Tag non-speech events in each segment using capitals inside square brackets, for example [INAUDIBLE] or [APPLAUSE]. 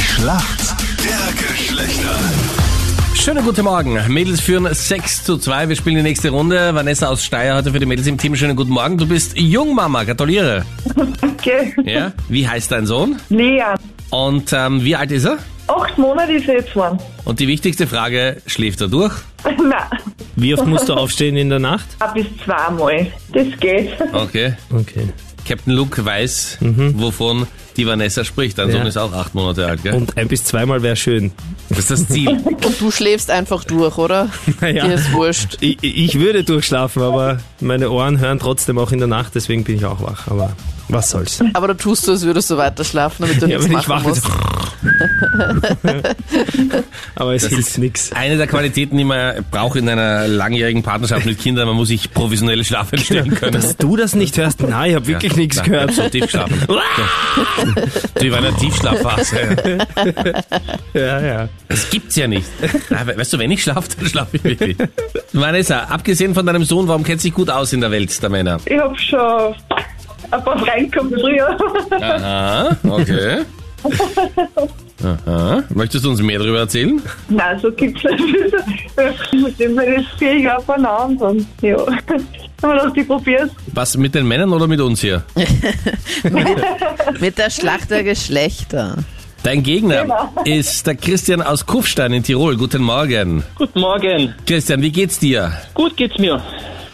Schlacht der Geschlechter. Schönen guten Morgen. Mädels führen 6 zu 2. Wir spielen die nächste Runde. Vanessa aus Steyr heute für die Mädels im Team. Schönen guten Morgen. Du bist Jungmama. Gratuliere. Danke. Ja? Wie heißt dein Sohn? Lea, Und ähm, wie alt ist er? acht Monate ist er jetzt geworden. [LAUGHS] Und die wichtigste Frage, schläft er durch? Nein, Wie oft musst du aufstehen in der Nacht? ein bis zweimal. Das geht. Okay. Okay. Captain Luke weiß, wovon die Vanessa spricht. Dein Ja. Sohn ist auch acht Monate alt, gell? Und ein bis zweimal wäre schön. Das ist das Ziel. Und du schläfst einfach durch, [LAUGHS] oder? Naja. Dir ist wurscht. Ich, ich würde durchschlafen, aber meine Ohren hören trotzdem auch in der Nacht, deswegen bin ich auch wach. Aber was soll's. Aber da tust du, als würdest du weiter schlafen, damit du Ja, nichts wenn ich wach machen bin. musst. Aber es Das hilft ist nix. eine der Qualitäten, die man braucht in einer langjährigen Partnerschaft mit Kindern. Man muss sich professionelle Schlaf entstehen können. Dass du Genau. das nicht hörst? Nein, ich habe wirklich Ja, nichts na, gehört. Ich hab so tief [LAUGHS] geschlafen. Wie bei einer Tiefschlafphase. Ja, ja. Das gibt's ja nicht. Na, we- Weißt du, wenn ich schlafe, dann schlafe ich wirklich. Vanessa, abgesehen von deinem Sohn, warum kennt sich gut aus in der Welt der Männer? Ich habe schon ein paar Freunde gehabt früher. [LAUGHS] Aha, okay. Aha. Möchtest du uns mehr darüber erzählen? Nein, so gibt's nicht. [LAUGHS] Mit dem bin ich viel aufeinander. Und ja. [LAUGHS] Dann hab ich gedacht, ich probier's. Was mit den Männern oder mit uns hier? Mit der Schlacht der Geschlechter. Dein Gegner ist der Christian aus Kufstein in Tirol. Guten Morgen. Guten Morgen. Christian, wie geht's dir? Gut geht's mir.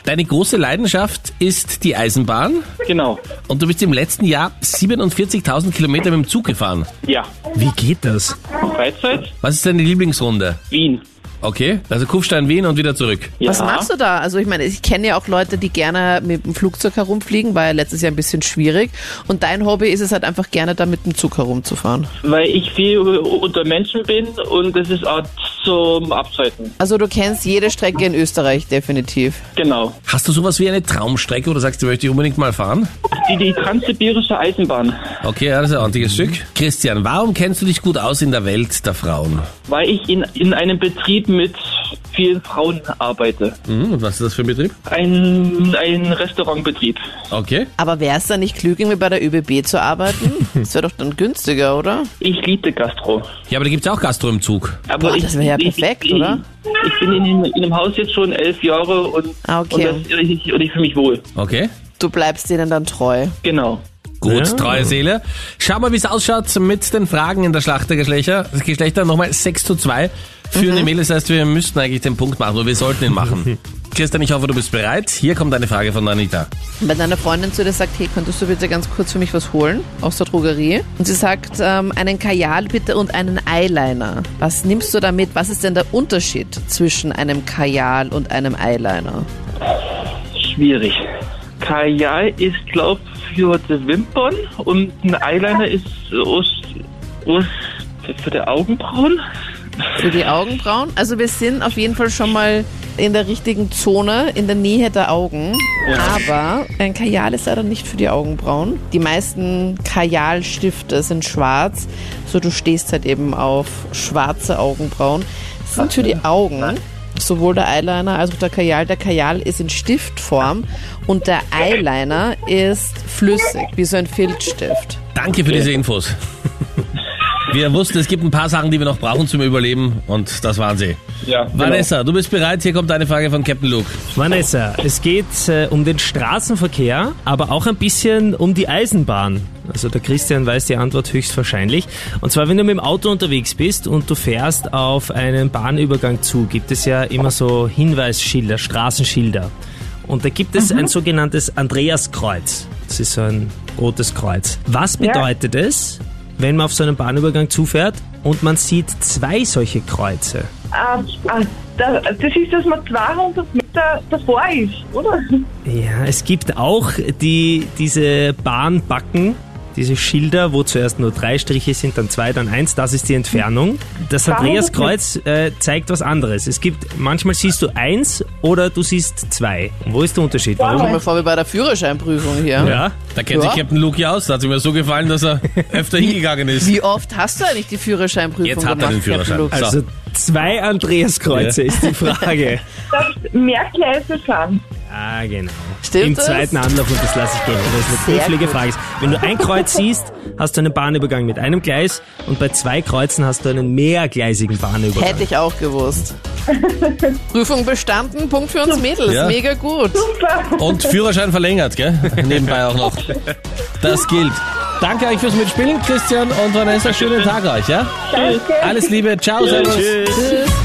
Deine große Leidenschaft ist die Eisenbahn Genau. und du bist im letzten Jahr 47.000 Kilometer mit dem Zug gefahren. Ja. Wie geht das? Freizeit? Was ist deine Lieblingsrunde? Wien. Okay, also Kufstein, Wien und wieder zurück. Ja. Was machst du da? Also ich meine, ich kenne ja auch Leute, die gerne mit dem Flugzeug herumfliegen, war ja letztes Jahr ein bisschen schwierig. Und dein Hobby ist es halt einfach gerne, da mit dem Zug herumzufahren. Weil ich viel unter Menschen bin und das ist auch zum Abschalten. Also du kennst jede Strecke in Österreich definitiv. Genau. Hast du sowas wie eine Traumstrecke oder sagst du, möchte ich unbedingt mal fahren? Die, die transsibirische Eisenbahn. Okay, ja, das ist ein ordentliches Stück. Mhm. Christian, warum kennst du dich gut aus in der Welt der Frauen? Weil ich in, in einem Betrieb mit vielen Frauen arbeite. Hm, und was ist das für ein Betrieb? Ein, ein Restaurantbetrieb. Okay. Aber wäre es dann nicht klug, irgendwie bei der ÖBB zu [LAUGHS] arbeiten? Das wäre doch dann günstiger, oder? Ich liebte Gastro. Ja, aber da gibt's ja auch Gastro im Zug. Aber Boah, ich, das wär ja ich- perfekt, ich, oder? Ich bin in, in einem Haus jetzt schon elf Jahre und, Ah, okay. und, das, ich, und ich fühle mich wohl. Okay. Du bleibst denen dann treu. Genau. Gut, Ja. treue Seele. Schau mal, wie es ausschaut mit den Fragen in der Schlacht der Geschlechter. Geschlechter nochmal 6 zu 2 für die Mädels. Das heißt, wir müssten eigentlich den Punkt machen, oder wir sollten ihn [LAUGHS] machen. Christian, ich hoffe, du bist bereit. Hier kommt eine Frage von Anita. Wenn deine Freundin zu dir sagt, hey, könntest du bitte ganz kurz für mich was holen aus der Drogerie? Und sie sagt, ähm, einen Kajal bitte und einen Eyeliner. Was nimmst du damit? Was ist denn der Unterschied zwischen einem Kajal und einem Eyeliner? Schwierig. Kajal ist, glaub für die Wimpern und ein Eyeliner ist aus, aus für die Augenbrauen. Für die Augenbrauen? Also wir sind auf jeden Fall schon mal in der richtigen Zone, in der Nähe der Augen. Aber ein Kajal ist leider nicht für die Augenbrauen. Die meisten Kajalstifte sind schwarz. So du stehst halt eben auf schwarze Augenbrauen. Das sind für die Augen. Sowohl der Eyeliner als auch der Kajal. Der Kajal ist in Stiftform und der Eyeliner ist flüssig, wie so ein Filzstift. Danke für diese Infos. Wir wussten, es gibt ein paar Sachen, die wir noch brauchen zum Überleben und das waren sie. Ja, Vanessa, du bist bereit. Hier kommt eine Frage von Captain Luke. Vanessa, es geht äh, um den Straßenverkehr, aber auch ein bisschen um die Eisenbahn. Also der Christian weiß die Antwort höchstwahrscheinlich. Und zwar, wenn du mit dem Auto unterwegs bist und du fährst auf einen Bahnübergang zu, gibt es ja immer so Hinweisschilder, Straßenschilder. Und da gibt es ein sogenanntes Andreaskreuz. Das ist so ein rotes Kreuz. Was bedeutet es, wenn man auf so einen Bahnübergang zufährt und man sieht zwei solche Kreuze? Ah, ah, da, das ist, dass man 200 Meter davor ist, oder? Ja, es gibt auch die, diese Bahnbacken, diese Schilder, wo zuerst nur drei Striche sind, dann zwei, dann eins. Das ist die Entfernung. Das Andreaskreuz äh, zeigt was anderes. Es gibt, manchmal siehst du eins oder du siehst zwei. Und wo ist der Unterschied? Komm Warum? mal vor wie bei der Führerscheinprüfung hier. Ja. Da kennt Ja. sich Captain Luke ja aus. Da hat sie mir so gefallen, dass er öfter hingegangen ist. Wie oft hast du eigentlich die Führerscheinprüfung Jetzt hat er gemacht? den Führerschein. Captain Luke? So. Also zwei Andreaskreuze ist die Frage. Dass Merkleise sind. Ja, genau. Stimmt Im das? zweiten Anlauf und das lasse ich gelten, weil es eine Sehr knifflige gut. Frage ist. Wenn du ein Kreuz siehst, hast du einen Bahnübergang mit einem Gleis und bei zwei Kreuzen hast du einen mehrgleisigen Bahnübergang. Hätte ich auch gewusst. Prüfung bestanden, Punkt für uns Mädels. Ja. Mega gut. Und Führerschein verlängert, gell? Nebenbei auch noch. Das gilt. Danke euch fürs Mitspielen, Christian und Vanessa. Schönen Tag euch, ja? Danke. Alles Liebe. Ciao, servus. Tschüss.